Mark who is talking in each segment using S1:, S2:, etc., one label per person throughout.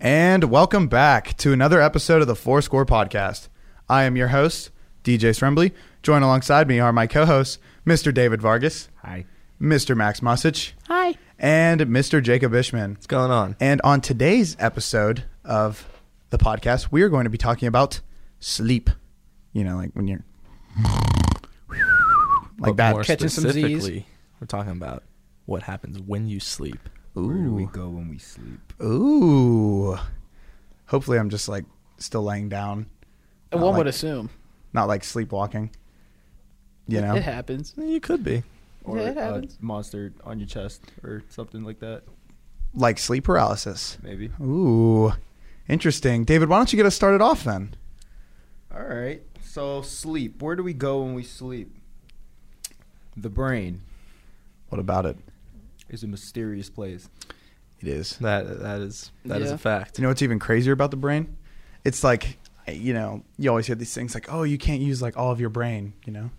S1: And welcome back to another episode of the Four Score Podcast. I am your host, DJ Srembly. Join alongside me are my co hosts, Mr. David Vargas.
S2: Hi.
S1: Mr. Max Musich.
S3: Hi.
S1: And Mr. Jacob Ishman.
S2: What's going on?
S1: And on today's episode of the podcast, we are going to be talking about sleep. You know, like when you're like
S2: But
S1: that.
S2: more
S3: Catching some Zs.
S2: specifically, We're talking about what happens when you sleep.
S1: Ooh.
S4: Where do we go when we sleep?
S1: Ooh. Hopefully, I'm just like still laying down, Not
S3: One
S1: like-
S3: would assume.
S1: not like sleepwalking. You
S3: It-
S1: know?
S3: It happens.
S2: You could be.
S4: Or
S3: Yeah, it
S4: a
S3: happens.
S4: monster on your chest or something like that,
S1: like sleep paralysis.
S4: maybe.
S1: Ooh, interesting. David, why don't you get us started off then?
S4: All right. So sleep. Where do we go when we sleep? The brain
S1: What about it?
S4: is a mysterious place.
S1: It is.
S2: That that is that is
S3: Yeah.
S2: a fact.
S1: You know what's even crazier about the brain? It's like, you know, you always hear these things like, oh, you can't use like all of your brain, you know?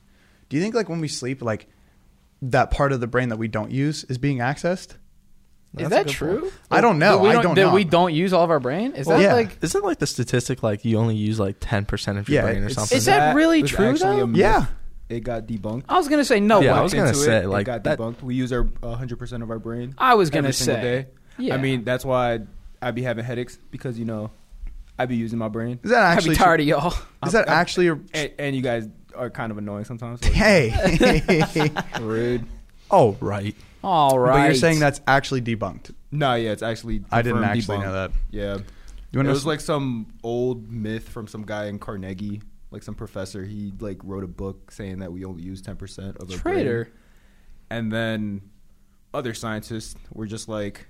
S1: Do you think like when we sleep, like that part of the brain that we don't use is being accessed?
S3: is
S2: That's a
S3: that
S2: good
S3: true?
S2: point.
S1: I don't know.
S3: That we
S1: I don't
S3: that
S1: know.
S3: we don't use all of our brain? Is that
S1: Yeah.
S3: like
S2: Isn't like the statistic like you only use like ten percent of your
S1: Yeah,
S2: brain or
S1: it's-
S2: something?
S3: Is that really
S4: was
S3: true,
S4: actually a
S3: though?
S4: myth.
S1: Yeah.
S4: It got debunked.
S3: I was gonna say no
S2: Oh, Yeah,
S3: way.
S2: I was gonna
S4: Into it,
S2: say,
S4: it
S2: like,
S4: got
S2: that-
S4: debunked. We use our 100% of our brain.
S3: I was gonna
S4: every single
S3: say.
S4: day.
S3: Yeah.
S4: I mean, that's why I'd, I'd be having headaches because you know I'd be using my brain.
S1: Is that
S3: I'd
S1: actually
S3: be tired of y'all.
S1: Is that
S4: I'm- I'm-
S1: actually a,
S4: And, and you guys are kind of annoying sometimes. so-
S1: hey?
S4: rude.
S2: Oh right.
S3: All right.
S1: But you're saying that's actually debunked.
S4: No, yeah, it's actually.
S1: I didn't
S4: confirmed
S1: actually
S4: debunked.
S1: know that.
S4: Yeah,
S1: You
S4: it
S1: wanna
S4: was
S1: s-
S4: like some old myth from some guy in Carnegie, like some professor. He like wrote a book saying that we only use ten percent of our
S3: traitor.
S4: brain. and then other scientists were just like,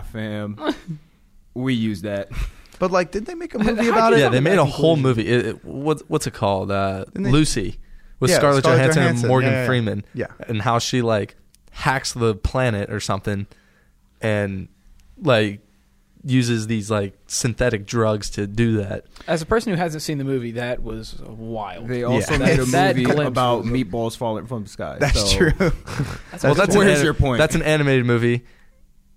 S4: fam, we use that."
S1: But like, did they make a movie
S3: How'd
S1: about
S3: you
S1: it?
S2: yeah, they
S3: come to
S2: made
S3: that
S2: a whole
S3: conclusion?
S2: movie. It, it, what, what's it called? Uh,
S1: Didn't they-
S2: Lucy with
S1: Yeah,
S2: Scarlett,
S1: Scarlett
S2: Johansson,
S1: Johansson.
S2: and Morgan
S1: Yeah, yeah, yeah.
S2: Freeman.
S1: Yeah.
S2: and how she like hacks the planet or something, and like uses these like synthetic drugs to do that.
S3: As a person who hasn't seen the movie, that was wild.
S4: They also
S1: Yeah.
S4: made a
S3: That
S4: movie
S3: glimpse
S4: about
S3: was-
S4: meatballs falling from the sky.
S1: That's
S4: so-
S1: true.
S2: well, that's
S4: Where's
S2: an ani-
S4: your point?
S2: That's an animated movie.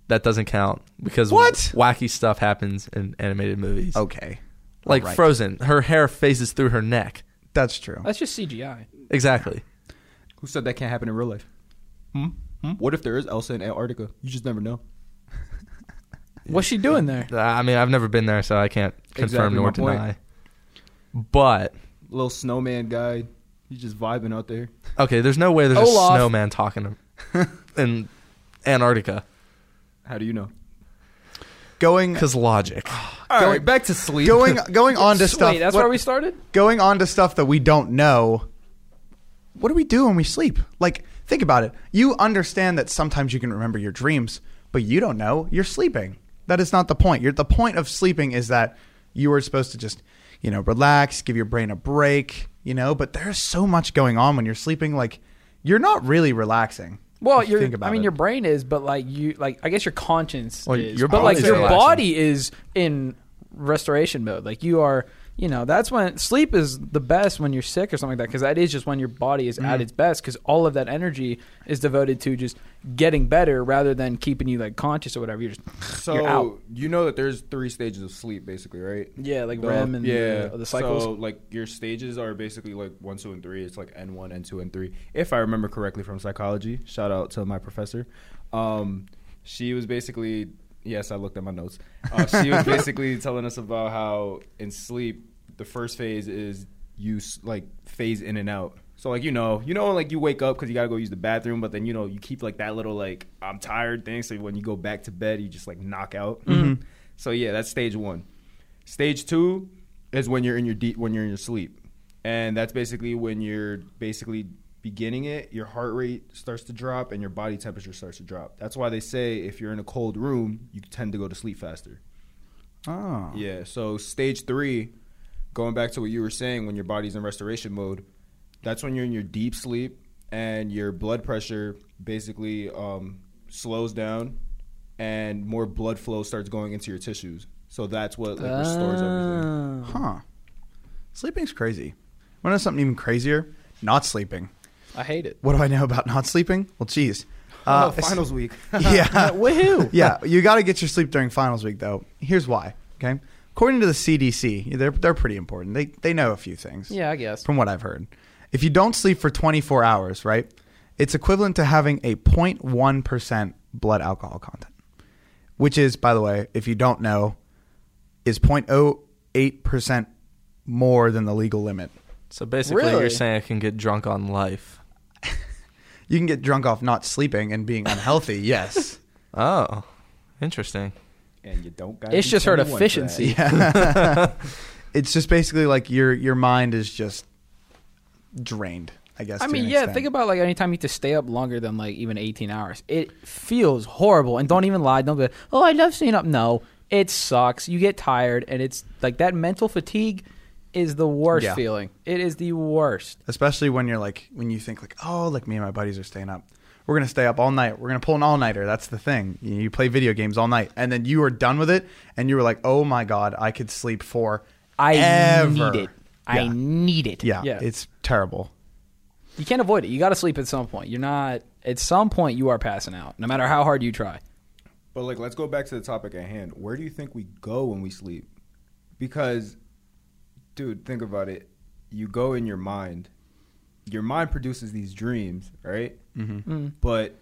S2: That doesn't count because
S1: What?
S2: wacky stuff happens in animated movies.
S1: okay,
S2: like
S1: alright.
S2: Frozen, her hair phases through her neck.
S1: that's true.
S3: That's just CGI.
S2: Exactly.
S4: Who said that can't happen in real life? Hmm? Hmm? What if there is Elsa in Antarctica? You just never know.
S3: What's she doing there?
S2: Uh, I mean, I've never been there, so I can't
S4: Exactly
S2: confirm nor
S4: my point.
S2: deny. But
S4: Little snowman guy, he's just vibing out there.
S2: okay, there's no way there's
S3: Olaf.
S2: a snowman talking to- in Antarctica
S4: How do you know?
S1: Going
S2: because logic.
S4: All right,
S1: Going-
S4: back to sleep.
S1: going going on to
S3: Wait,
S1: stuff.
S3: that's
S1: what-
S3: where we started?
S1: going on to stuff that we don't know. What do we do when we sleep? Like, think about it. You understand that sometimes you can remember your dreams, but you don't know you're sleeping. That is not the point. You're, the point of sleeping is that you are supposed to just, you know, relax, give your brain a break, you know. But there's so much going on when you're sleeping. Like, you're not really relaxing.
S3: Well,
S1: if you
S3: your
S1: think about
S3: I mean
S1: it.
S3: your brain is, but like you like I guess your conscience
S2: Well,
S3: is,
S2: your
S3: but like
S2: body's
S3: your
S2: relaxing.
S3: body is in restoration mode. Like you are, you know, that's when sleep is the best when you're sick or something like that because that is just when your body is
S1: Mm-hmm.
S3: at its best because all of that energy is devoted to just getting better rather than keeping you like conscious or whatever. You're just you're out.
S4: So you know that there's three stages of sleep, basically, right?
S3: Yeah, like REM and the- the cycles.
S4: So like your stages are basically like one, two, and three. It's like N one, N two, and three. If I remember correctly from psychology, shout out to my professor. Um, she was basically yes, I looked at my notes. Uh, she was basically telling us about how in sleep the first phase is you s- like phase in and out. So like you know, you know, like you wake up because you gotta go use the bathroom, but then you know you keep like that little like I'm tired thing. So when you go back to bed, you just like knock out.
S3: Mm-hmm.
S4: So yeah, that's stage one. Stage two is when you're in your deep when you're in your sleep, and that's basically when you're basically beginning it. Your heart rate starts to drop and your body temperature starts to drop. That's why they say if you're in a cold room, you tend to go to sleep faster.
S1: oh,
S4: Yeah. So stage three, going back to what you were saying, when your body's in restoration mode, that's when you're in your deep sleep and your blood pressure basically um, slows down, and more blood flow starts going into your tissues. So that's what like restores
S3: Ah.
S4: everything.
S1: huh. Sleeping's crazy. Want to know something even crazier? Not sleeping.
S5: I hate it.
S1: What do I know about not sleeping? Well, geez.
S5: Uh,
S4: Oh,
S1: it's-
S4: finals week.
S1: yeah.
S5: Woohoo!
S1: yeah, you got to get your sleep during finals week, though. Here's why. Okay, according to the CDC, they're they're pretty important. They they know a few things.
S5: Yeah, I guess.
S1: From what I've heard, if you don't sleep for 24 hours, right, it's equivalent to having a 0.1 percent blood alcohol content, which is, by the way, if you don't know, is 0.08 percent more than the legal limit.
S2: So basically,
S5: Really?
S2: you're saying I can get drunk on life.
S1: You can get drunk off not sleeping and being unhealthy. yes.
S2: Oh, interesting.
S4: and you don't got.
S5: It's just her efficiency.
S1: Yeah. it's just basically like your your mind is just drained. I guess.
S5: I
S1: to
S5: mean,
S1: an
S5: yeah,
S1: extent.
S5: think about like anytime you have to stay up longer than like even 18 hours. It feels horrible. And don't even lie. Don't be like, oh, I love staying up. No, it sucks. You get tired, and it's like that mental fatigue is the worst
S1: Yeah.
S5: feeling. It is the worst.
S1: especially when you're like when you think like, oh, like me and my buddies are staying up. We're gonna stay up all night. We're gonna pull an all nighter. That's the thing. You, you play video games all night, and then you are done with it, and you were like, oh my god, I could sleep for.
S5: I
S1: ever.
S5: need it. I
S1: Yeah.
S5: need it.
S1: Yeah,
S5: yeah.
S1: it's terrible.
S5: you can't avoid it. You got to sleep at some point. You're not. At some point, you are passing out, no matter how hard you try.
S4: But like, let's go back to the topic at hand. Where do you think we go when we sleep? Because, dude, think about it. You go in your mind. Your mind produces these dreams, right? Mm-hmm. But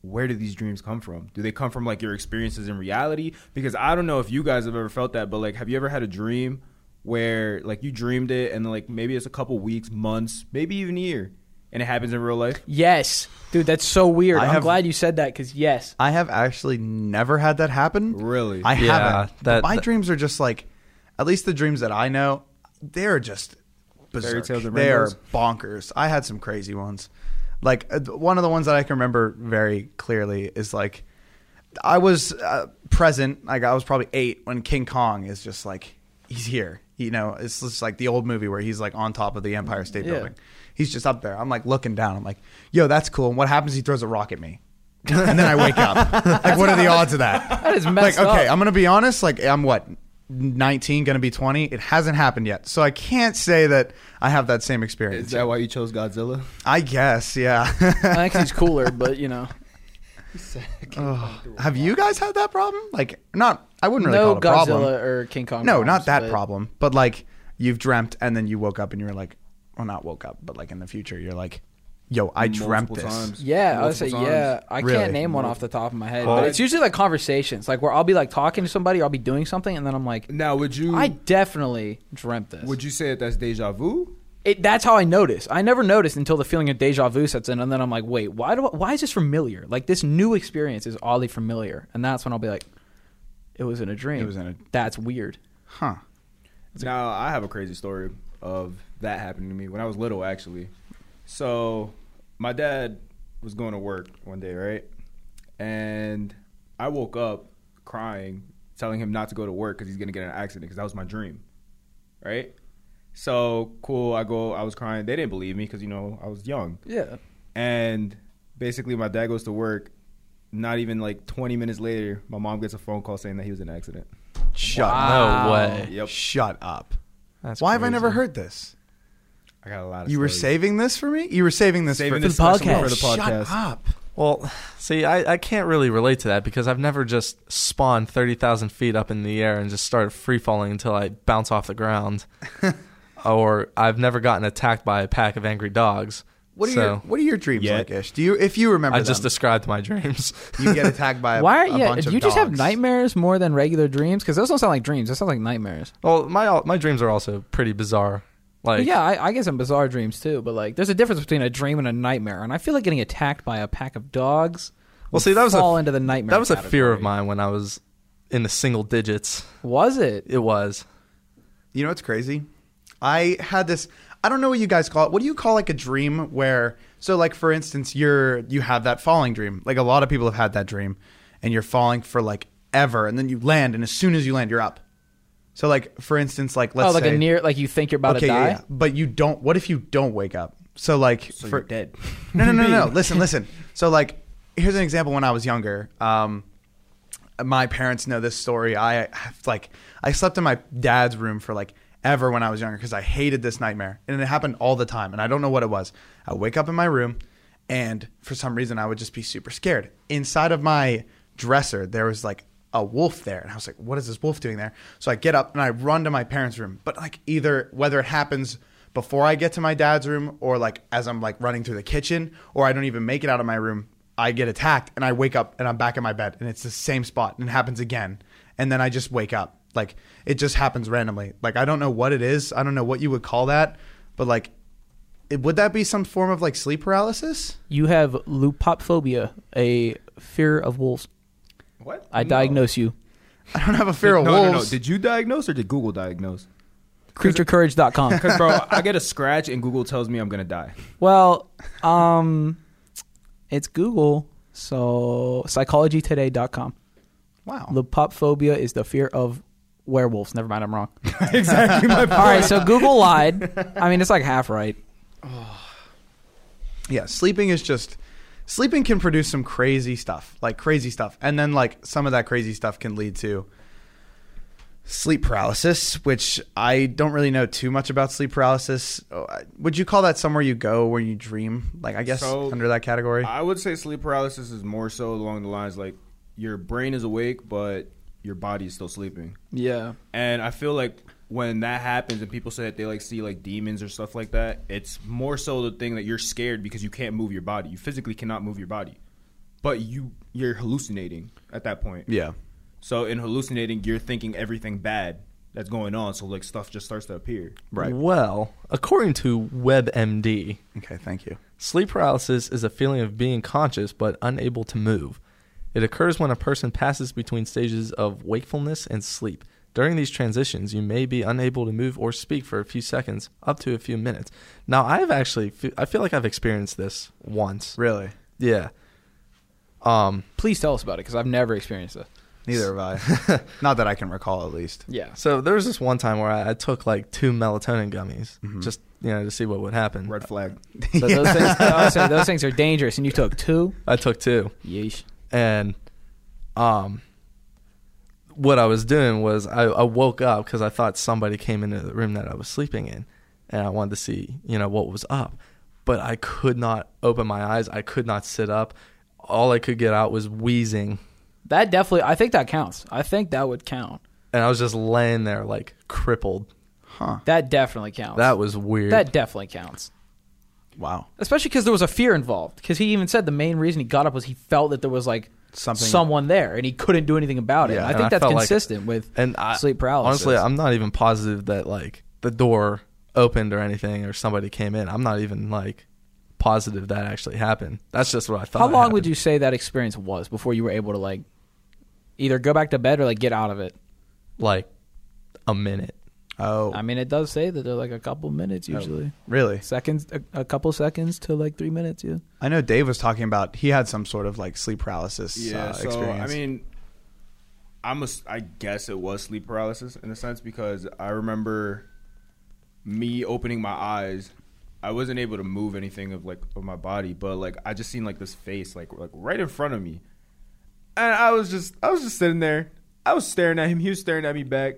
S4: where do these dreams come from? Do they come from like your experiences in reality? Because I don't know if you guys have ever felt that, but like, have you ever had a dream where like you dreamed it and like maybe it's a couple weeks, months, maybe even a year, and it happens in real life?
S5: Yes, dude, that's so weird.
S1: I
S5: I'm
S1: have-
S5: glad you said that because yes,
S1: I have actually never had that happen.
S4: Really?
S1: I
S2: Yeah,
S1: haven't.
S2: that-
S1: My
S2: that-
S1: dreams are just like, at least the dreams that I know, they're just
S4: Fairy
S1: berserk.
S4: tales and
S1: They are
S4: rainbows?
S1: bonkers. I had some crazy ones. Like uh, one of the ones that I can remember very clearly is like, I was uh, present. Like I was probably eight when King Kong is just like he's here. You know, it's just like the old movie where he's like on top of the Empire State
S5: Yeah.
S1: Building. He's just up there. I'm like looking down. I'm like, yo, that's cool. And what happens? He throws a rock at me. and then I wake up. Like, what are the odds of that?
S5: That is messed
S1: like, okay,
S5: up.
S1: I'm gonna be honest. Like, I'm what 19, gonna be 20. It hasn't happened yet, so I can't say that I have that same
S4: Is
S1: experience.
S4: that why you chose Godzilla?
S1: I guess, yeah.
S5: I think he's cooler, but you know,
S1: Ugh. have you guys had that problem? Like, not. I wouldn't really
S5: no
S1: call it a
S5: Godzilla
S1: problem.
S5: or King Kong.
S1: no,
S5: problems,
S1: not that
S5: but-
S1: problem. But like, you've dreamt and then you woke up and you were like, well, not woke up, but like in the future, you're like, yo, I dreamt
S4: Multiple
S1: this.
S4: times.
S5: Yeah, I would say
S4: Multiple times.
S5: yeah. I
S1: Really?
S5: can't name one off the top of my head,
S4: Well,
S5: but it's usually like conversations, like where I'll be like talking to somebody, or I'll be doing something, and then I'm
S1: Mm.
S5: like,
S4: Now, would you?
S5: I definitely dreamt this.
S4: Would you say that that's deja vu?
S5: it, that's how I notice. I never noticed until the feeling of deja vu sets in, and then I'm like, wait, why do I, why is this familiar? Like this new experience is oddly familiar, and that's when I'll be like, it was in a dream.
S1: It was in a-
S5: That's weird.
S1: Huh.
S4: Now, I have a crazy story of that happening to me when I was little, actually. So, my dad was going to work one day, right? And I woke up crying, telling him not to go to work because he's going to get in an accident because that was my dream, right? So, cool. I go, I was crying. They didn't believe me because, you know, I was young.
S5: Yeah.
S4: And basically, my dad goes to work. Not even like 20 minutes later, my mom gets a phone call saying that he was in an accident.
S1: Shut
S5: Wow.
S2: No way.
S4: Yep.
S1: Shut up.
S2: That's
S1: Why have I never
S2: crazy.
S1: heard this?
S4: I got a lot of
S1: You were
S4: stories.
S1: saving this for me? You were saving this
S4: Saving
S1: for
S4: this
S5: the
S4: special
S5: podcast.
S4: for the podcast.
S1: Shut up.
S2: Well, see, I, I can't really relate to that because I've never just spawned 30,000 feet up in the air and just started free falling until I bounce off the ground. or I've never gotten attacked by a pack of angry dogs.
S1: What are
S2: so
S1: your What are your dreams
S4: Yeah.
S1: like, Ish? Do you, if you remember,
S2: I just
S1: them,
S2: described my dreams.
S1: you get attacked by a,
S5: Why are
S1: a
S5: yeah?
S1: bunch
S5: Do
S1: of
S5: you just have
S1: dogs.
S5: nightmares more than regular dreams? Because those don't sound like dreams. Those sound like nightmares.
S2: well, my my dreams are also pretty bizarre. Like
S5: yeah, I, I get some bizarre dreams too, but like, there's a difference between a dream and a nightmare. And I feel like getting attacked by a pack of dogs.
S2: Well, see, that was a-
S5: fall into the nightmare.
S2: that was a fear of
S5: category.
S2: mine when I was in the single digits.
S5: Was it?
S2: It was.
S1: You know what's crazy? I had this. I don't know what you guys call it. What do you call like a dream where? So, like for instance, you're you have that falling dream. Like a lot of people have had that dream, and you're falling for like ever, and then you land, and as soon as you land, you're up. So, like for instance, like let's
S5: oh, like
S1: say,
S5: a near, like you think you're about to
S1: yeah,
S5: die.
S1: yeah. But you don't. What if you don't wake up? So like,
S4: So
S1: for-
S4: you're dead.
S1: No, no, no, no. listen, listen. So like, here's an example. When I was younger, um, my parents know this story. I have, like, I slept in my dad's room for like ever when I was younger because I hated this nightmare. And it happened all the time. And I don't know what it was. I would wake up in my room and for some reason I would just be super scared. Inside of my dresser, there was like a wolf there. And I was like, what is this wolf doing there? So I get up and I run to my parents' room. But like either whether it happens before I get to my dad's room or like as I'm like running through the kitchen or I don't even make it out of my room, I get attacked and I wake up and I'm back in my bed and it's the same spot and it happens again. And then I just wake up. Like it just happens randomly. Like I don't know what it is. I don't know what you would call that, but like it, would that be some form of like sleep paralysis?
S5: You have lupophobia, a fear of wolves.
S4: What?
S5: I
S4: No.
S5: diagnose you.
S1: I don't have a fear
S4: no,
S1: of
S4: no,
S1: wolves.
S4: No, no, Did you diagnose or did Google diagnose?
S5: Creaturecourage.com.
S4: Because bro, I get a scratch and Google tells me I'm gonna die.
S5: well, um, it's Google, so psychologytoday.com.
S1: wow.
S5: Lupophobia is the fear of werewolves. Never mind, I'm wrong.
S4: exactly my
S5: All right, so Google lied. I mean, it's like half right.
S1: yeah sleeping is just sleeping can produce some crazy stuff like crazy stuff and then like some of that crazy stuff can lead to sleep paralysis which i don't really know too much about sleep paralysis Oh, I- would you call that somewhere you go where you dream like i guess
S4: So-
S1: under that category
S4: I would say sleep paralysis is more so along the lines like your brain is awake but your body is still sleeping.
S5: Yeah.
S4: And I feel like when that happens and people say that they like see like demons or stuff like that, it's more so the thing that you're scared because you can't move your body. You physically cannot move your body. But you you're hallucinating at that point.
S1: yeah
S4: So in hallucinating, you're thinking everything bad that's going on. So like stuff just starts to appear.
S1: right
S2: Well, according to WebMD,
S1: okay thank you
S2: Sleep paralysis is a feeling of being conscious but unable to move. It occurs when a person passes between stages of wakefulness and sleep. During these transitions, you may be unable to move or speak for a few seconds, up to a few minutes. Now, I've actually, fe- I feel like I've experienced this once.
S1: really
S2: Yeah. Um.
S5: Please tell us about it because I've never experienced this.
S1: neither have i not that i can recall at least
S5: Yeah.
S2: So there was this one time where I, I took like two melatonin gummies, just you know, to see what would happen.
S4: Red flag.
S5: So those things, I was saying, those things are dangerous, and you took two.
S2: I took two.
S5: Yeesh.
S2: and um what I was doing was I, I woke up because I thought somebody came into the room that I was sleeping in, and I wanted to see you know what was up, but I could not open my eyes. I could not sit up. All I could get out was wheezing,
S5: That definitely. I think that counts. I think that would count.
S2: and I was just laying there like crippled.
S1: huh
S5: That definitely counts.
S2: That was weird.
S5: that definitely counts.
S1: wow
S5: Especially because there was a fear involved. Because he even said the main reason he got up was he felt that there was like
S1: Something-
S5: someone there, and he couldn't do anything about it.
S1: Yeah,
S5: And I
S2: and
S5: think
S2: I
S5: that's
S2: felt like-
S5: consistent with
S2: and I,
S5: sleep paralysis.
S2: Honestly, I'm not even positive that like the door opened or anything or somebody came in. I'm not even like positive that actually happened. That's just what I thought.
S5: How long
S2: happened.
S5: would you say that experience was before you were able to like either go back to bed or like get out of it?
S2: like a minute.
S1: oh
S5: I mean, it does say that they're like a couple minutes usually,
S1: really
S5: seconds, a, a couple seconds to like three minutes. Yeah.
S1: i know dave was talking about he had some sort of like sleep paralysis
S4: Yeah.
S1: uh,
S4: so
S1: experience
S4: I mean, I'm a, s- I guess it was sleep paralysis in a sense because I remember me opening my eyes. I wasn't able to move anything of like of my body, but like I just seen like this face like like right in front of me, and I was just I was just sitting there. I was staring at him. He was staring at me back.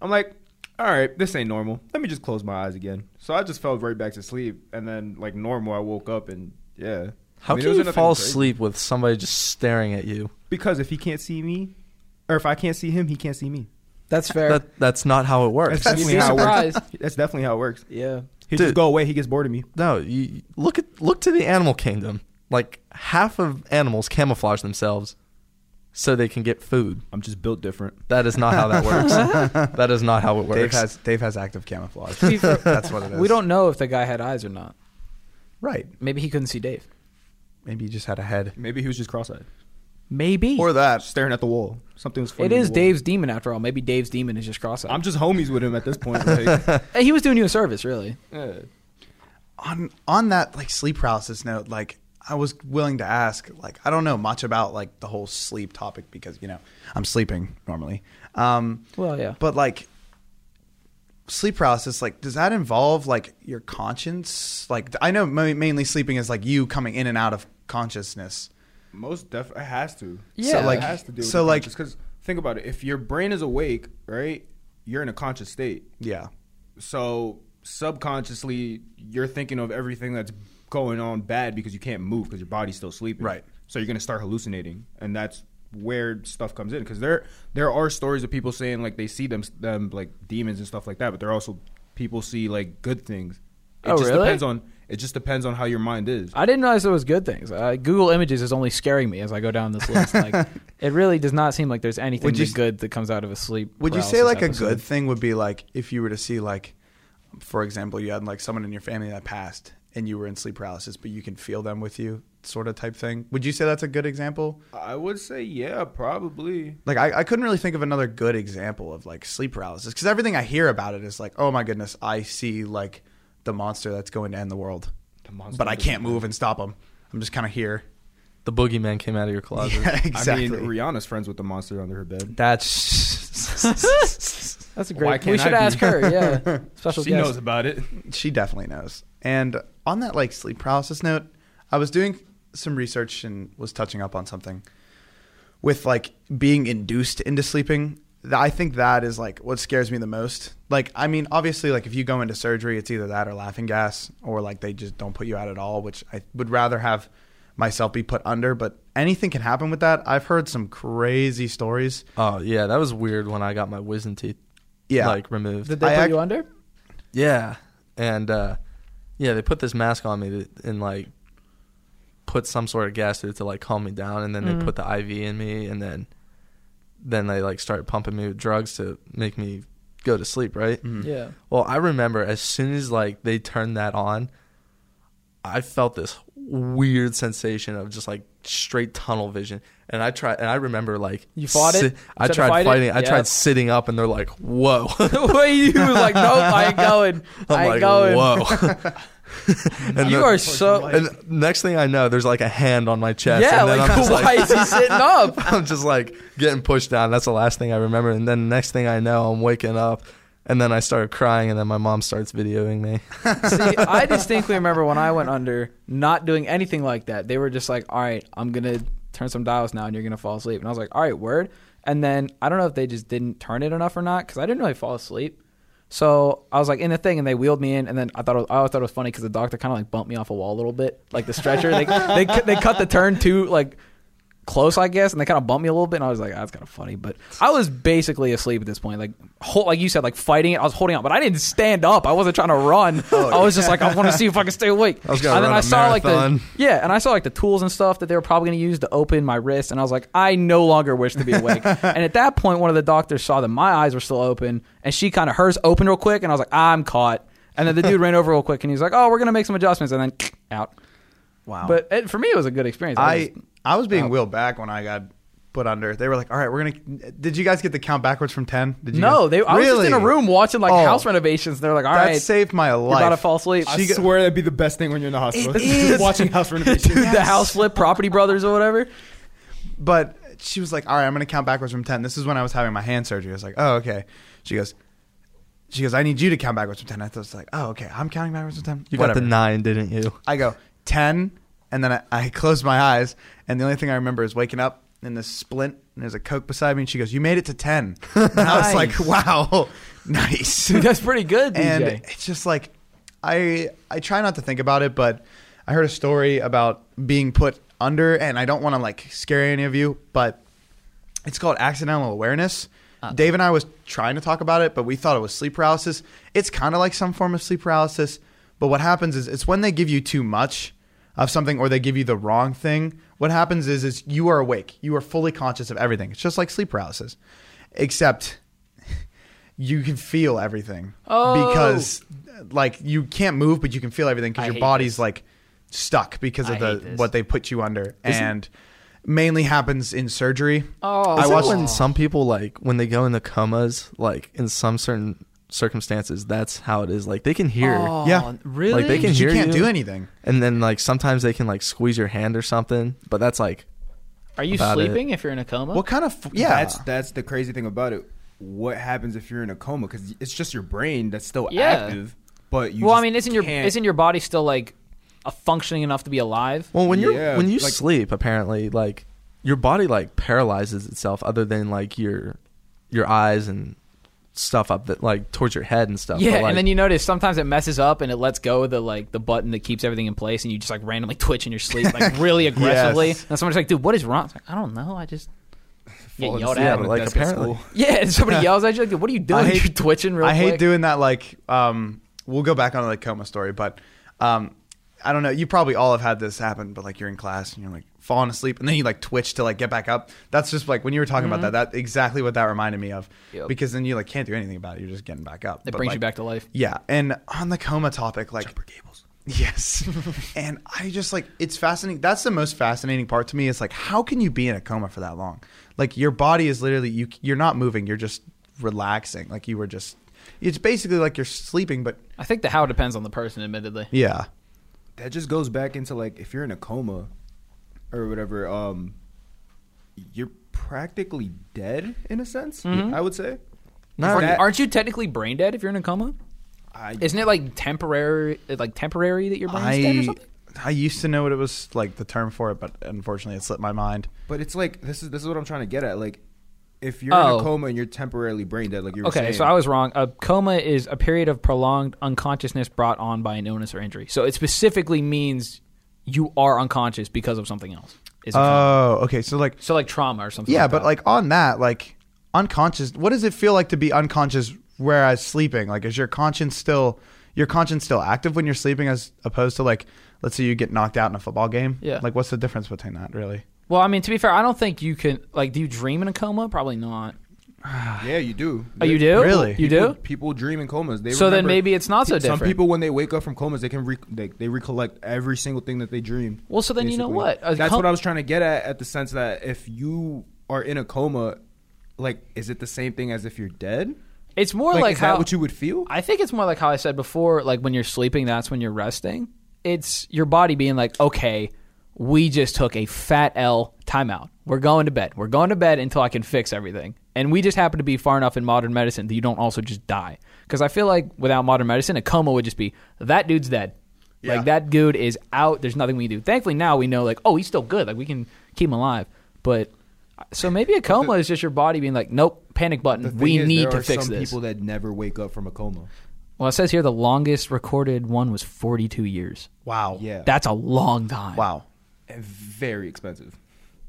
S4: I'm like, all right, this ain't normal. Let me just close my eyes again. So I just fell right back to sleep, and then like normal, I woke up and yeah.
S2: How
S4: I mean, it
S2: can
S4: was
S2: you
S4: nothing
S2: fall
S4: crazy.
S2: asleep with somebody just staring at you?
S4: Because if he can't see me, or if I can't see him, he can't see me.
S5: That's fair.
S2: That that's not how it works.
S4: That's definitely
S5: you're
S4: how it
S5: surprised.
S4: works. That's definitely how it works.
S5: yeah.
S4: He
S2: Dude.
S4: just go away. He gets bored of me.
S2: no, you look at look to the animal kingdom. Like half of animals camouflage themselves so they can get food.
S4: I'm just built different.
S2: That is not how that works. that is not how it works.
S1: Dave has Dave has active camouflage.
S5: See, for-
S1: That's what it is.
S5: We don't know if the guy had eyes or not.
S1: right.
S5: Maybe he couldn't see Dave.
S1: Maybe you just had a head
S4: Maybe he was just cross-eyed,
S5: Maybe.
S1: or that.
S4: staring at the wall. Something was.
S5: it is Dave's demon after all. Maybe Dave's demon is just cross-eyed.
S4: I'm just homies with him at this point. Like,
S5: Hey, he was doing you a service, really.
S4: yeah.
S1: On on that like sleep paralysis note, like I was willing to ask, like I don't know much about like the whole sleep topic because you know I'm sleeping normally. Um,
S5: Well, yeah.
S1: but like sleep paralysis, like does that involve like your conscience? Like I know ma- mainly sleeping is like you coming in and out of consciousness.
S4: Most def it has to.
S5: Yeah.
S4: it
S5: like-
S4: has to do.
S1: so, like-
S4: because think about it. If your brain is awake, right, you're in a conscious state.
S1: Yeah.
S4: so subconsciously you're thinking of everything that's going on bad because you can't move because your body's still sleeping.
S1: Right.
S4: So you're gonna start hallucinating, and that's where stuff comes in because there there are stories of people saying like they see them them like demons and stuff like that, but there are also people see like good things. It
S5: Oh,
S4: just
S5: really?
S4: depends on it just depends on how your mind is.
S5: I didn't realize there was good things. Uh, Google Images is only scaring me as I go down this list. Like, it really does not seem like there's anything
S1: Would you
S5: that
S1: s-
S5: good that comes out of a sleep.
S1: Would you say
S5: paralysis
S1: like
S5: episode.
S1: a good thing would be like if you were to see like, for example, you had like someone in your family that passed and you were in sleep paralysis, but you can feel them with you, sort of type thing. Would you say that's a good example?
S4: I would say yeah, probably.
S1: Like I, I couldn't really think of another good example of like sleep paralysis because everything I hear about it is like, oh my goodness, I see like the monster that's going to end the world,
S4: The monster
S1: but I
S4: that's
S1: can't
S4: gonna-
S1: move and stop him. I'm just kind of here.
S2: The boogeyman came out of your closet.
S1: Yeah, exactly.
S4: I mean, Rihanna's friends with the monster under her bed.
S2: That's
S5: That's a
S4: Why
S5: great. we
S4: can't I
S5: should
S4: be?
S5: ask her. Yeah, special
S4: she
S5: guest.
S4: knows about it.
S1: she definitely knows. And on that like sleep paralysis note, I was doing some research and was touching up on something with like being induced into sleeping. Th- I think that is like what scares me the most. Like, I mean, obviously, like if you go into surgery, it's either that or laughing gas, or like they just don't put you out at all, which I would rather have myself be put under. But anything can happen with that. I've heard some crazy stories.
S2: Oh yeah, that was weird when I got my wisdom teeth
S1: Yeah.
S2: like removed.
S5: Did they
S1: I
S5: put
S1: act-
S5: you under?
S2: yeah. And uh yeah, they put this mask on me to, and like put some sort of gas through to like calm me down and then
S5: Mhm.
S2: they put the IV in me and then then they like started pumping me with drugs to make me go to sleep, right?
S1: Mm.
S5: Yeah.
S2: Well, I remember as soon as like they turned that on, I felt this weird sensation of just like straight tunnel vision, and I tried, and I remember like
S5: You fought it?
S2: si-
S5: You
S2: I
S5: tried to
S2: tried
S5: fight it?
S2: fighting. I
S5: Yeah.
S2: tried sitting up, and they're like, "Whoa."
S5: Wait, you were like, nope, I ain't going.
S2: I'm
S5: I ain't
S2: like,
S5: going.
S2: whoa! and
S5: You
S2: the-
S5: are so.
S2: And the next thing I know, there's like a hand on my chest.
S5: yeah,
S2: and then
S5: like,
S2: I'm just
S5: why is he sitting up?
S2: I'm just like getting pushed down. That's the last thing I remember. And then next thing I know, I'm waking up, and then I start crying, and then my mom starts videoing me.
S5: See, I distinctly remember when I went under not doing anything like that. They were just like, all right, I'm going to turn some dials now and you're going to fall asleep. And I was like, all right, word. And then I don't know if they just didn't turn it enough or not because I didn't really fall asleep. So I was like in the thing, and they wheeled me in, and then I thought it was, I always thought it was funny because the doctor kind of like bumped me off a wall a little bit, like the stretcher. they, they cu- they cut the turn too like close, I guess, and they kind of bumped me a little bit, and I was like, "Ah, that's kind of funny. But I was basically asleep at this point, like hold, like you said, like fighting it. I was holding out, but I didn't stand up. I wasn't trying to run. I was just like, I want to see if I can stay awake.
S2: Oh, I was gonna
S5: and then
S2: run
S5: I
S2: a
S5: saw like the
S2: marathon.
S5: yeah, and I saw like the tools and stuff that they were probably going to use to open my wrist, and I was like, I no longer wish to be awake. and at that point, one of the doctors saw that my eyes were still open, and she kind of hers opened real quick, and I was like, I'm caught. And then the dude ran over real quick, and he was like, Oh, we're going to make some adjustments, and then out.
S1: wow.
S5: But it, for me, it was a good experience.
S1: I
S5: just-
S1: I was being
S5: uh,
S1: wheeled back when I got put under. They were like, "All right, we're gonna." Did you guys get the count backwards from ten? Did you
S5: no,
S1: guys-
S5: they. I was just in a
S1: Really?
S5: room watching like
S1: Oh,
S5: house renovations. They're like, all
S1: that
S5: right,
S1: saved my life.
S5: you're about to fall asleep.
S4: I
S1: She got-
S4: swear that'd be the best thing when you're in the hospital.
S1: is.
S4: Watching house renovations.
S5: Dude, the house flip, Property Brothers or whatever.
S1: But she was like, "All right, I'm gonna count backwards from ten. This is when I was having my hand surgery. I was like, "Oh, okay." She goes, "She goes, I need you to count backwards from 10. I was like, "Oh, okay, I'm counting backwards from ten.
S2: You
S1: Whatever.
S2: got the nine, didn't you?
S1: I go ten, and then I, I close my eyes, and the only thing I remember is waking up in this splint, and there's a coke beside me, and she goes, "You made it to 10. And I was like, "Wow, nice."
S5: Dude, that's pretty good, DJ.
S1: and it's just like I I try not to think about it, but I heard a story about being put under, and I don't want to like scare any of you, but it's called accidental awareness. Dave and I was trying to talk about it, but we thought it was sleep paralysis. It's kind of like some form of sleep paralysis, but what happens is it's when they give you too much of something or they give you the wrong thing. What happens is is you are awake, you are fully conscious of everything. It's just like sleep paralysis, except you can feel everything
S5: Oh.
S1: because like you can't move, but you can feel everything because
S6: I
S1: your
S6: hate
S1: body's like stuck because of
S6: I hate
S1: the
S6: this.
S1: what they put you under and. Mainly happens in surgery.
S5: oh,
S2: I
S1: I watched-
S2: watched when some people like when they go into comas, like in some certain circumstances, that's how it is. Like they can hear,
S5: Oh.
S1: Yeah.
S5: really?
S2: Like, they can-
S1: Because you
S2: hear
S1: can't
S2: you.
S1: do anything.
S2: and then like sometimes they can like squeeze your hand or something, but that's like
S6: Are you
S2: About it.
S6: sleeping if you're in a coma?
S1: What kind of f- yeah?
S4: That's that's the crazy thing about it. What happens if you're in a coma? Because it's just your brain that's still
S6: Yeah.
S4: active, but you.
S6: well, I
S4: just
S6: mean, isn't your
S4: can't-
S6: isn't your body still like a functioning enough to be alive?
S2: well when you're
S4: Yeah,
S2: when you
S4: like-
S2: sleep, apparently like your body like paralyzes itself, other than like your your eyes and stuff up that like towards your head and stuff.
S5: Yeah,
S2: but, like,
S5: and then you notice sometimes it messes up and it lets go the like the button that keeps everything in place, and you just like randomly twitch in your sleep like really aggressively. And someone's like, "Dude, what is wrong?" It's like, I don't know. I just get yelled
S2: yeah,
S5: at.
S2: but, like
S4: desk at
S2: apparently,
S4: school.
S5: Yeah, and somebody yells at you like, "What are you doing?
S1: I hate-
S5: You're twitching real
S1: I
S5: quick."
S1: hate doing that. Like, um, we'll go back on the coma story, but um, I don't know. You probably all have had this happen, but like you're in class and you're like falling asleep, and then you like twitch to like get back up. That's just like when you were talking about that. That's exactly what that reminded me of.
S5: Mm-hmm. Yep.
S1: Because then you like can't do anything about it. You're just getting back up.
S5: It
S1: But,
S5: brings you
S1: like,
S5: back to life.
S1: Yeah, and on the coma topic, like Yes, and I just like it's fascinating. That's the most fascinating part to me is like how can you be in a coma for that long? Like your body is literally you you're not moving. You're just relaxing. Like you were just. It's basically like you're sleeping, but
S5: I think the how depends on the person, admittedly.
S1: yeah,
S4: that just goes back into like if you're in a coma or whatever um you're practically dead in a sense i would say Is
S2: No,
S5: Aren't,
S4: that-
S5: Mm-hmm. aren't you technically brain dead if you're in a coma?
S4: I,
S5: Isn't it like temporary, like temporary that your brain's dead or
S1: I
S5: something?
S1: I used to know what it was like the term for it, but unfortunately it slipped my mind.
S4: but it's like this is this is what i'm trying to get at like if you're in
S5: Oh.
S4: a coma and you're temporarily brain dead like you were
S5: Okay,
S4: saying,
S5: so I was wrong. A coma is a period of prolonged unconsciousness brought on by an illness or injury. So it specifically means you are unconscious because of something else. Is a coma.
S1: Oh, okay. So like
S5: so like trauma or something.
S1: yeah,
S5: like
S1: but
S5: that.
S1: like on that, like unconscious. What does it feel like to be unconscious whereas sleeping? Like, is your conscience still your conscience still active when you're sleeping, as opposed to like, let's say you get knocked out in a football game?
S5: Yeah.
S1: Like, what's the difference between that, really?
S5: well, I mean, to be fair, I don't think you can. Like, do you dream in a coma? Probably not.
S4: yeah you do
S5: Oh, you do?
S1: Really?
S5: You
S4: People-
S5: do?
S4: people dream in comas they
S5: So then
S4: remember-
S5: maybe it's not so
S4: pe- some
S5: different.
S4: people when they wake up from comas they can re- they, they recollect every single thing that they dreamed
S5: Well, so then you know
S4: basically.
S5: what? A
S4: that's
S5: com-
S4: what i was trying to get at at the sense that if you are in a coma like is it the same thing as if you're dead
S5: It's more like,
S4: is
S5: how
S4: that what you would feel
S5: I think it's more like how I said before, like when you're sleeping, that's when you're resting. It's your body being like, okay, we just took a fat L timeout. We're going to bed. We're going to bed until I can fix everything. And we just happen to be far enough in modern medicine that you don't also just die. Because I feel like without modern medicine, a coma would just be that dude's dead.
S1: Yeah.
S5: Like that dude is out. There's nothing we can do. Thankfully now we know like, oh, he's still good. Like we can keep him alive. But so maybe a coma is just your body being like, nope, panic
S4: The
S5: button.
S4: thing
S5: We
S4: is,
S5: need
S4: there
S5: to
S4: are
S5: fix
S4: some
S5: this.
S4: people that never wake up from a coma
S5: Well, it says here the longest recorded one was 42 years.
S1: Wow.
S4: yeah
S5: That's a long time.
S1: Wow.
S4: And very expensive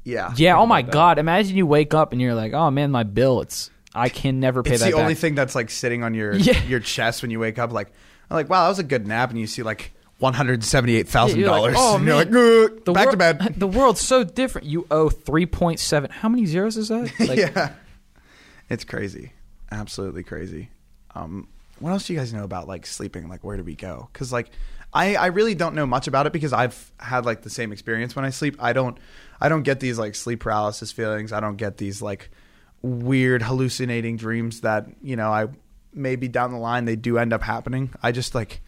S1: Yeah.
S5: Yeah. Oh my God. Imagine you wake up and you're like, oh man, my bill. It's I can never pay
S1: It's
S5: that
S1: the only
S5: back.
S1: thing that's like sitting on your
S5: Yeah.
S1: your chest when you wake up. Like, I'm like, wow, that was a good nap, and you see like one hundred seventy eight thousand
S5: You're like,
S1: dollars.
S5: "Oh,
S1: and you're like,
S5: man,
S1: "Grr,
S5: The
S1: back to
S5: wor-
S1: bed.
S5: The world's so different. You owe 3.7. How many zeros is that? Like,
S1: yeah, it's crazy, absolutely crazy. Um, what else do you guys know about like sleeping? Like, where do we go? Because like, I I really don't know much about it because I've had like the same experience when I sleep. I don't I don't get these like sleep paralysis feelings. I don't get these like weird hallucinating dreams that you know I maybe down the line they do end up happening. I just like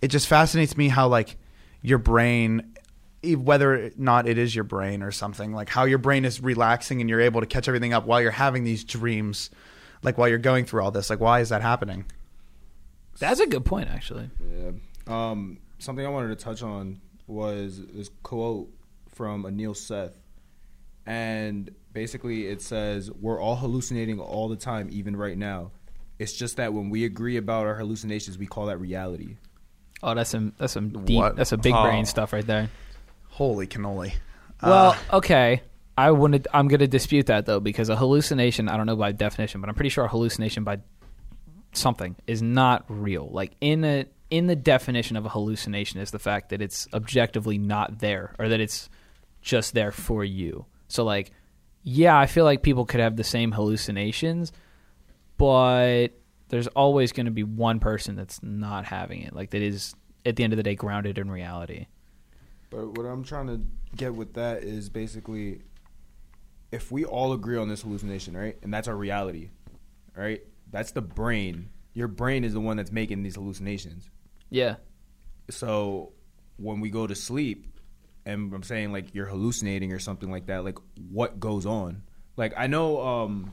S1: it just fascinates me how like your brain e- whether or not it is your brain or something like how your brain is relaxing and you're able to catch everything up while you're having these dreams like while you're going through all this like why is that happening
S5: That's a good point, actually.
S4: Yeah. Um, something I wanted to touch on was this quote from Anil Seth. And basically, it says, We're all hallucinating all the time, even right now. It's just that when we agree about our hallucinations, we call that reality.
S5: Oh, that's some that's some deep
S1: What?
S5: that's some big
S2: Oh.
S5: brain stuff right there.
S1: holy cannoli
S5: Well, okay. I wanted. I'm going to dispute that though because a hallucination. I don't know by definition, but I'm pretty sure a hallucination by something is not real. Like in a in the definition of a hallucination is the fact that it's objectively not there or that it's just there for you. So like, yeah, I feel like people could have the same hallucinations, but there's always going to be one person that's not having it. Like that is at the end of the day grounded in reality.
S4: But what I'm trying to get with that is basically if we all agree on this hallucination, right? And that's our reality, right? That's the brain. Your brain is the one that's making these hallucinations.
S5: Yeah.
S4: so when we go to sleep and i'm saying like you're hallucinating or something like that like what goes on like i know um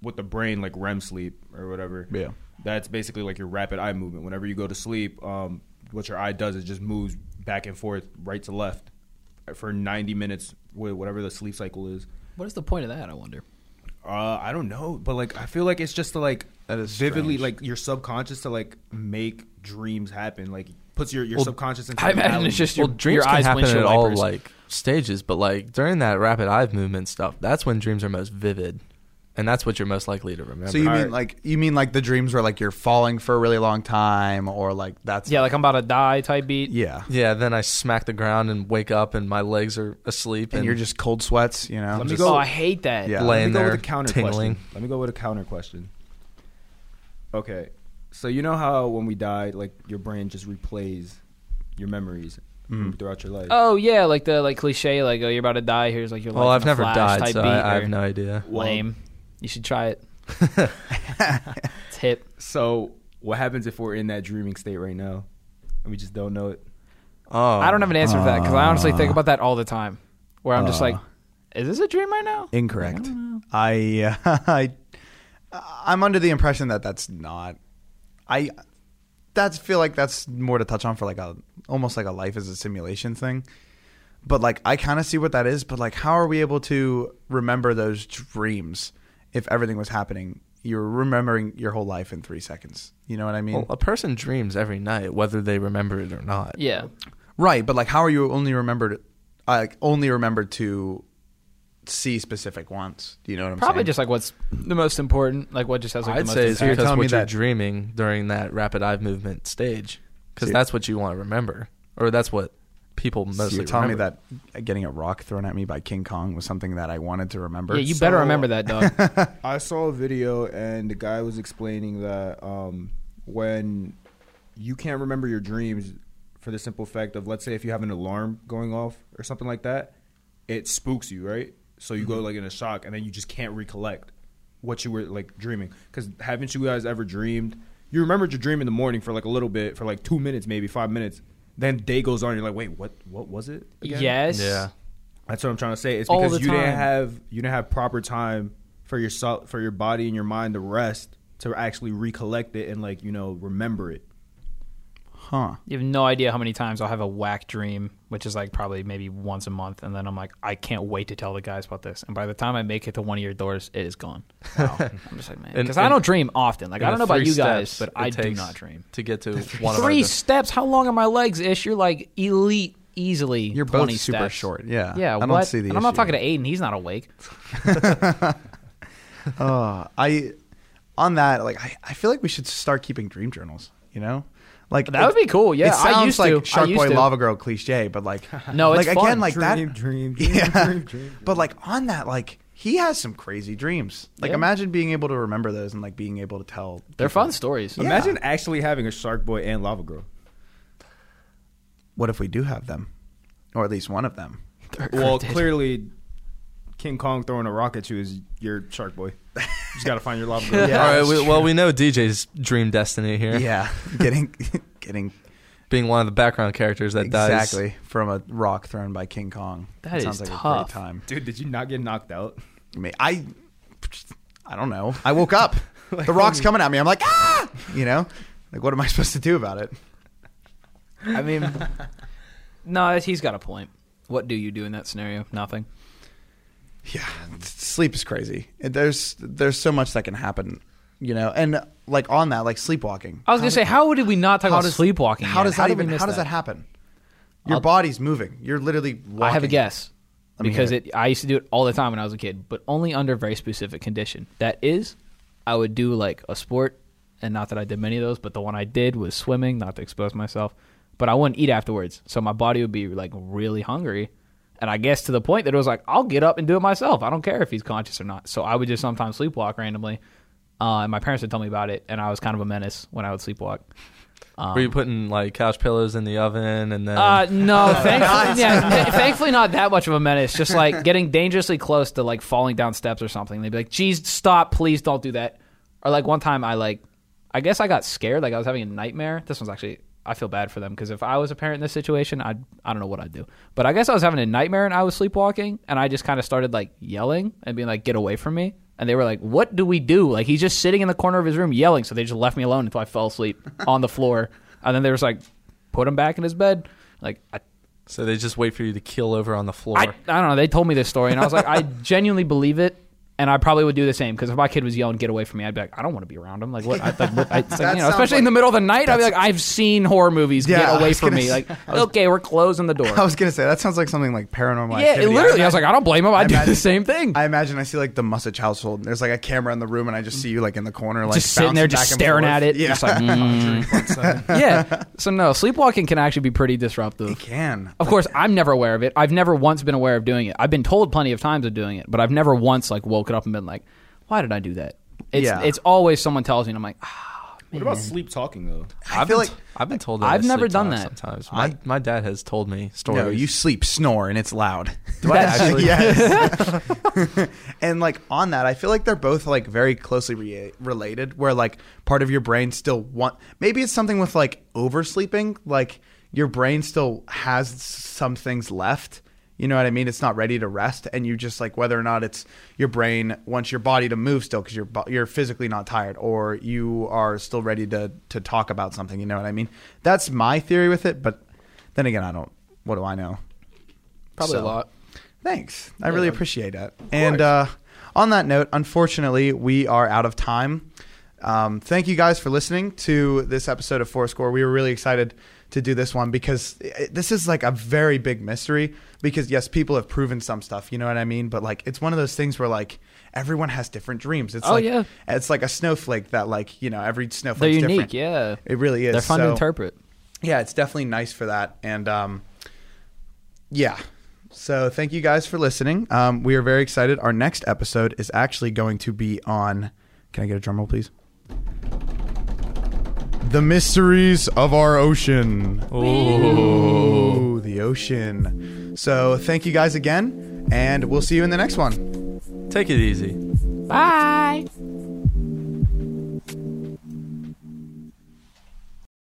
S4: with the brain like rem sleep or whatever
S1: Yeah.
S4: that's basically like your rapid eye movement whenever you go to sleep um what your eye does is just moves back and forth right to left for 90 minutes wh- whatever the sleep cycle is
S5: What is the point of that? I wonder.
S4: uh, I don't know, but like I feel like it's just to like
S2: That is
S4: vividly
S2: strange.
S4: like your subconscious to like make dreams happen. Like puts your your
S2: Well,
S4: subconscious into
S5: I imagine
S4: reality.
S5: it's just your,
S2: well, dreams
S5: your
S2: can
S5: eyes
S2: happen
S5: windshield
S2: at all
S5: wipers.
S2: like stages, but like during that rapid eye movement stuff, that's when dreams are most vivid, and that's what you're most likely to remember.
S1: So you
S4: All
S1: mean
S4: right.
S1: like you mean like the dreams where like you're falling for a really long time or like that's
S5: yeah, like I'm about to die type beat.
S1: yeah and,
S2: yeah, then I smack the ground and wake up, and my legs are asleep, and,
S1: you're just cold sweats you know
S4: Let me
S1: Just-
S4: go-
S5: Oh, I hate that.
S1: Yeah.
S4: Let
S2: laying
S4: me go
S2: there
S4: with a counter
S2: tingling.
S4: question. Let me go with a counter question. Okay, so you know how when we die, like your brain just replays your memories
S2: Mm-hmm.
S4: from throughout your life.
S5: Oh yeah, like the like cliche, like oh you're about to die. Here's like your
S2: Well, I've
S5: life in a
S2: never
S5: flash
S2: died,
S5: type
S2: so
S5: beat.
S2: I, I
S5: or-
S2: have no idea.
S5: Lame. You should try it. it's hip.
S4: So what happens if we're in that dreaming state right now and we just don't know it?
S2: Oh,
S5: I don't have an answer for that because I honestly think
S1: Uh,
S5: about that all the time, where I'm
S2: Uh.
S5: just like, is this a dream right now?
S1: incorrect I uh, I I'm under the impression that that's not I that's feel like that's more to touch on for like a almost like a life as a simulation thing but like I kind of see what that is but like how are we able to remember those dreams if everything was happening you're remembering your whole life in 3 seconds you know what I mean
S2: Well, uh, a person dreams every night, whether they remember it or not.
S5: Yeah.
S1: Right, but like, how are you only remembered? Like, only remembered to see specific ones. Do you know what I'm
S5: Probably
S1: saying?
S5: just like what's the most important, like what just has like the
S2: I'd
S5: most
S2: say it's
S5: impact.
S1: you're
S2: because
S1: telling me
S2: what you're
S1: that-
S2: dreaming during that rapid eye movement stage, because
S1: So-
S2: that's what you want to remember, or that's what people
S1: So
S2: mostly
S1: you're telling
S2: remember.
S1: me that getting a rock thrown at me by King Kong was something that I wanted to remember.
S5: Yeah, you better
S4: So-
S5: remember that, dog.
S4: I saw a video and the guy was explaining that um, when you can't remember your dreams for the simple fact of let's say if you have an alarm going off or something like that, it spooks you, right? So you go like in a shock and then you just can't recollect what you were like dreaming cuz haven't you guys ever dreamed you remembered your dream in the morning for like a little bit for like 2 minutes maybe 5 minutes then day goes on and you're like wait what what was it again?
S5: yes.
S2: Yeah.
S4: That's what I'm trying to say. It's
S5: All
S4: because
S5: the
S4: you didn't
S5: time.
S4: have you didn't have proper time for yourself for your body and your mind to rest to actually recollect it and like you know remember it.
S1: huh?
S5: You have no idea how many times I'll have a whack dream, which is like probably maybe once a month, and then I'm like, I can't wait to tell the guys about this. And by the time I make it to one of your doors, it is gone. I'm just like, man,
S2: And-
S5: because I
S2: and-
S5: don't dream often. Like
S2: In
S5: I
S2: the
S5: don't know about
S2: three
S5: you guys,
S2: steps
S5: but I
S2: it
S5: do
S2: takes
S5: not dream.
S2: to get to one of our
S5: Three
S2: dis-
S5: steps? How long are my legs, Ish? You're like elite, easily.
S1: You're both
S5: 20
S1: super
S5: steps.
S1: short. Yeah,
S5: Yeah,
S1: I
S5: what?
S1: don't see the.
S5: and I'm not
S1: issue.
S5: talking to Aiden; he's not awake.
S1: Uh, I on that like I, I feel like we should start keeping dream journals. You know, like
S5: That would be cool. Yeah,
S1: it
S5: I
S1: sounds
S5: used
S1: like
S5: to. I
S1: Shark
S5: used
S1: Boy
S5: to.
S1: Lava Girl cliche, but like
S5: No, it's
S1: like
S5: fun.
S1: again like that
S4: dream,
S1: yeah. But like on that, like he has some crazy dreams. Like
S5: Yeah.
S1: imagine being able to remember those and like being able to tell.
S5: They're fun stories.
S1: Yeah.
S4: Imagine actually having a shark boy and lava girl.
S1: What if we do have them, or at least one of them?
S4: Well, clearly, King Kong throwing a rock at you is your shark boy. You just gotta find your lava girl.
S1: Yeah,
S2: All right.
S1: that's
S2: We, well, we know DJ's dream destiny here.
S1: Yeah, getting getting
S2: Being one of the background characters that
S1: exactly from a rock thrown by King Kong.
S5: That is
S1: sounds like a
S5: tough.
S1: great time.
S4: Dude, did you not get knocked out?
S1: I mean, I I don't know. I woke up. the rock's coming at me. I'm like ah, you know, like what am I supposed to do about it?
S5: I mean, no, that's- he's got a point. What do you do in that scenario? Nothing.
S1: Yeah, sleep is crazy. There's there's so much that can happen, you know. And like on that, like sleepwalking.
S5: I was gonna say, how did we not talk
S1: How
S5: about
S1: does-
S5: sleepwalking?
S1: How
S5: yet?
S1: does that
S5: did we
S1: even?
S5: miss
S1: How does that, happen? Your
S5: I'll-
S1: body's moving. You're literally. Walking.
S5: I have a guess
S1: Let me
S5: because
S1: hear
S5: it. I used to do it all the time when I was a kid, but only under very specific condition. That is, I would do like a sport, and not that I did many of those, but the one I did was swimming, not to expose myself. But I wouldn't eat afterwards, so my body would be like really hungry, and I guess to the point that it was like I'll get up and do it myself. I don't care if he's conscious or not. So I would just sometimes sleepwalk randomly, uh, and my parents would tell me about it, and I was kind of a menace when I would sleepwalk.
S2: dies. Were you putting like couch pillows in the oven and then?
S5: Um, Uh, no, thankfully, yeah, th- thankfully not that much of a menace. Just like getting dangerously close to like falling down steps or something. They'd be like, "Geez, stop! Please don't do that." Or like one time, I like, I guess I got scared. Like I was having a nightmare. This one's actually, I feel bad for them because if I was a parent in this situation, I I don't know what I'd do. But I guess I was having a nightmare and I was sleepwalking, and I just kind of started like yelling and being like, "Get away from me!" And they were like, "What do we do?" Like he's just sitting in the corner of his room yelling, so they just left me alone until I fell asleep on the floor, and then they was like put him back in his bed. Like I,
S2: so they just wait for you to keel over on the floor.
S5: I, I don't know. They told me this story, and I was like, I genuinely believe it. And I probably would do the same because if my kid was yelling, "Get away from me!" I'd be like, "I don't want to be around him." Like what? I, like, what I, it's like,
S1: That
S5: you know,
S1: sounds
S5: especially in the
S1: like-
S5: middle of the night, I'd be like, "I've seen horror movies.
S1: Yeah, I
S5: Get away
S1: was
S5: from
S1: gonna
S5: me!"
S1: say-
S5: Like, okay, we're closing the door.
S1: I was gonna say that sounds like something like paranormal.
S5: yeah, it
S1: activity.
S5: literally. I,
S1: imagine-
S5: was like, I don't blame him. I, do
S1: imagine-
S5: the same thing.
S1: I imagine I see like the Musich household, and there's like a camera in the room, and I just see you like in the corner, like
S5: just sitting there,
S1: bouncing
S5: just
S1: back and
S5: staring
S1: forth.
S5: at it.
S1: Yeah,
S5: Just like, mm. yeah. So no, sleepwalking can actually be pretty disruptive.
S1: it can.
S5: Of course, I'm never aware of it. I've never once been aware of doing it. I've been told plenty of times of doing it, but I've never once like woken up and been like, "Why did I do that?" It's
S1: Yeah.
S5: it's always someone tells me, and I'm like, ah,
S4: What about sleep talking though?
S1: I feel like
S2: I've been told that I
S5: I've never
S2: sleep
S5: done
S2: talk
S5: that.
S2: Sometimes my, my dad has told me
S5: Oh,
S2: stories.
S1: no, you sleep, snore, and it's loud.
S2: Do I actually?
S1: yes. and like on that, I feel like they're both like very closely re- related. Where like part of your brain still want maybe it's something with like oversleeping. Like your brain still has s- some things left. You know what I mean? It's not ready to rest, and you just like whether or not it's your brain wants your body to move still because you're bo- you're physically not tired, or you are still ready to to talk about something. You know what I mean? That's my theory with it. But then again, I don't. What do I know?
S3: Probably a
S1: So.
S3: lot.
S1: Thanks. I really appreciate it. And uh, on that note, unfortunately, we are out of time. Um, thank you guys for listening to this episode of Fourscore. We were really excited to do this one because it, this is like a very big mystery. Because yes, people have proven some stuff, you know what I mean. But like, it's one of those things where like everyone has different dreams. It's
S5: Oh,
S1: like
S5: yeah.
S1: it's like a snowflake that like you know every
S5: "They're
S1: snowflake's
S5: unique."
S1: different.
S5: Yeah,
S1: It really is.
S5: they're fun to
S1: So-
S5: interpret.
S1: yeah, it's definitely nice for that. And um, yeah. So thank you guys for listening. Um, we are very excited. Our next episode is actually going to be on. Can I get a drum roll, please? The mysteries of our ocean. Ooh, the ocean. So thank you guys again, and we'll see you in the next one.
S2: Take it easy.
S5: Bye.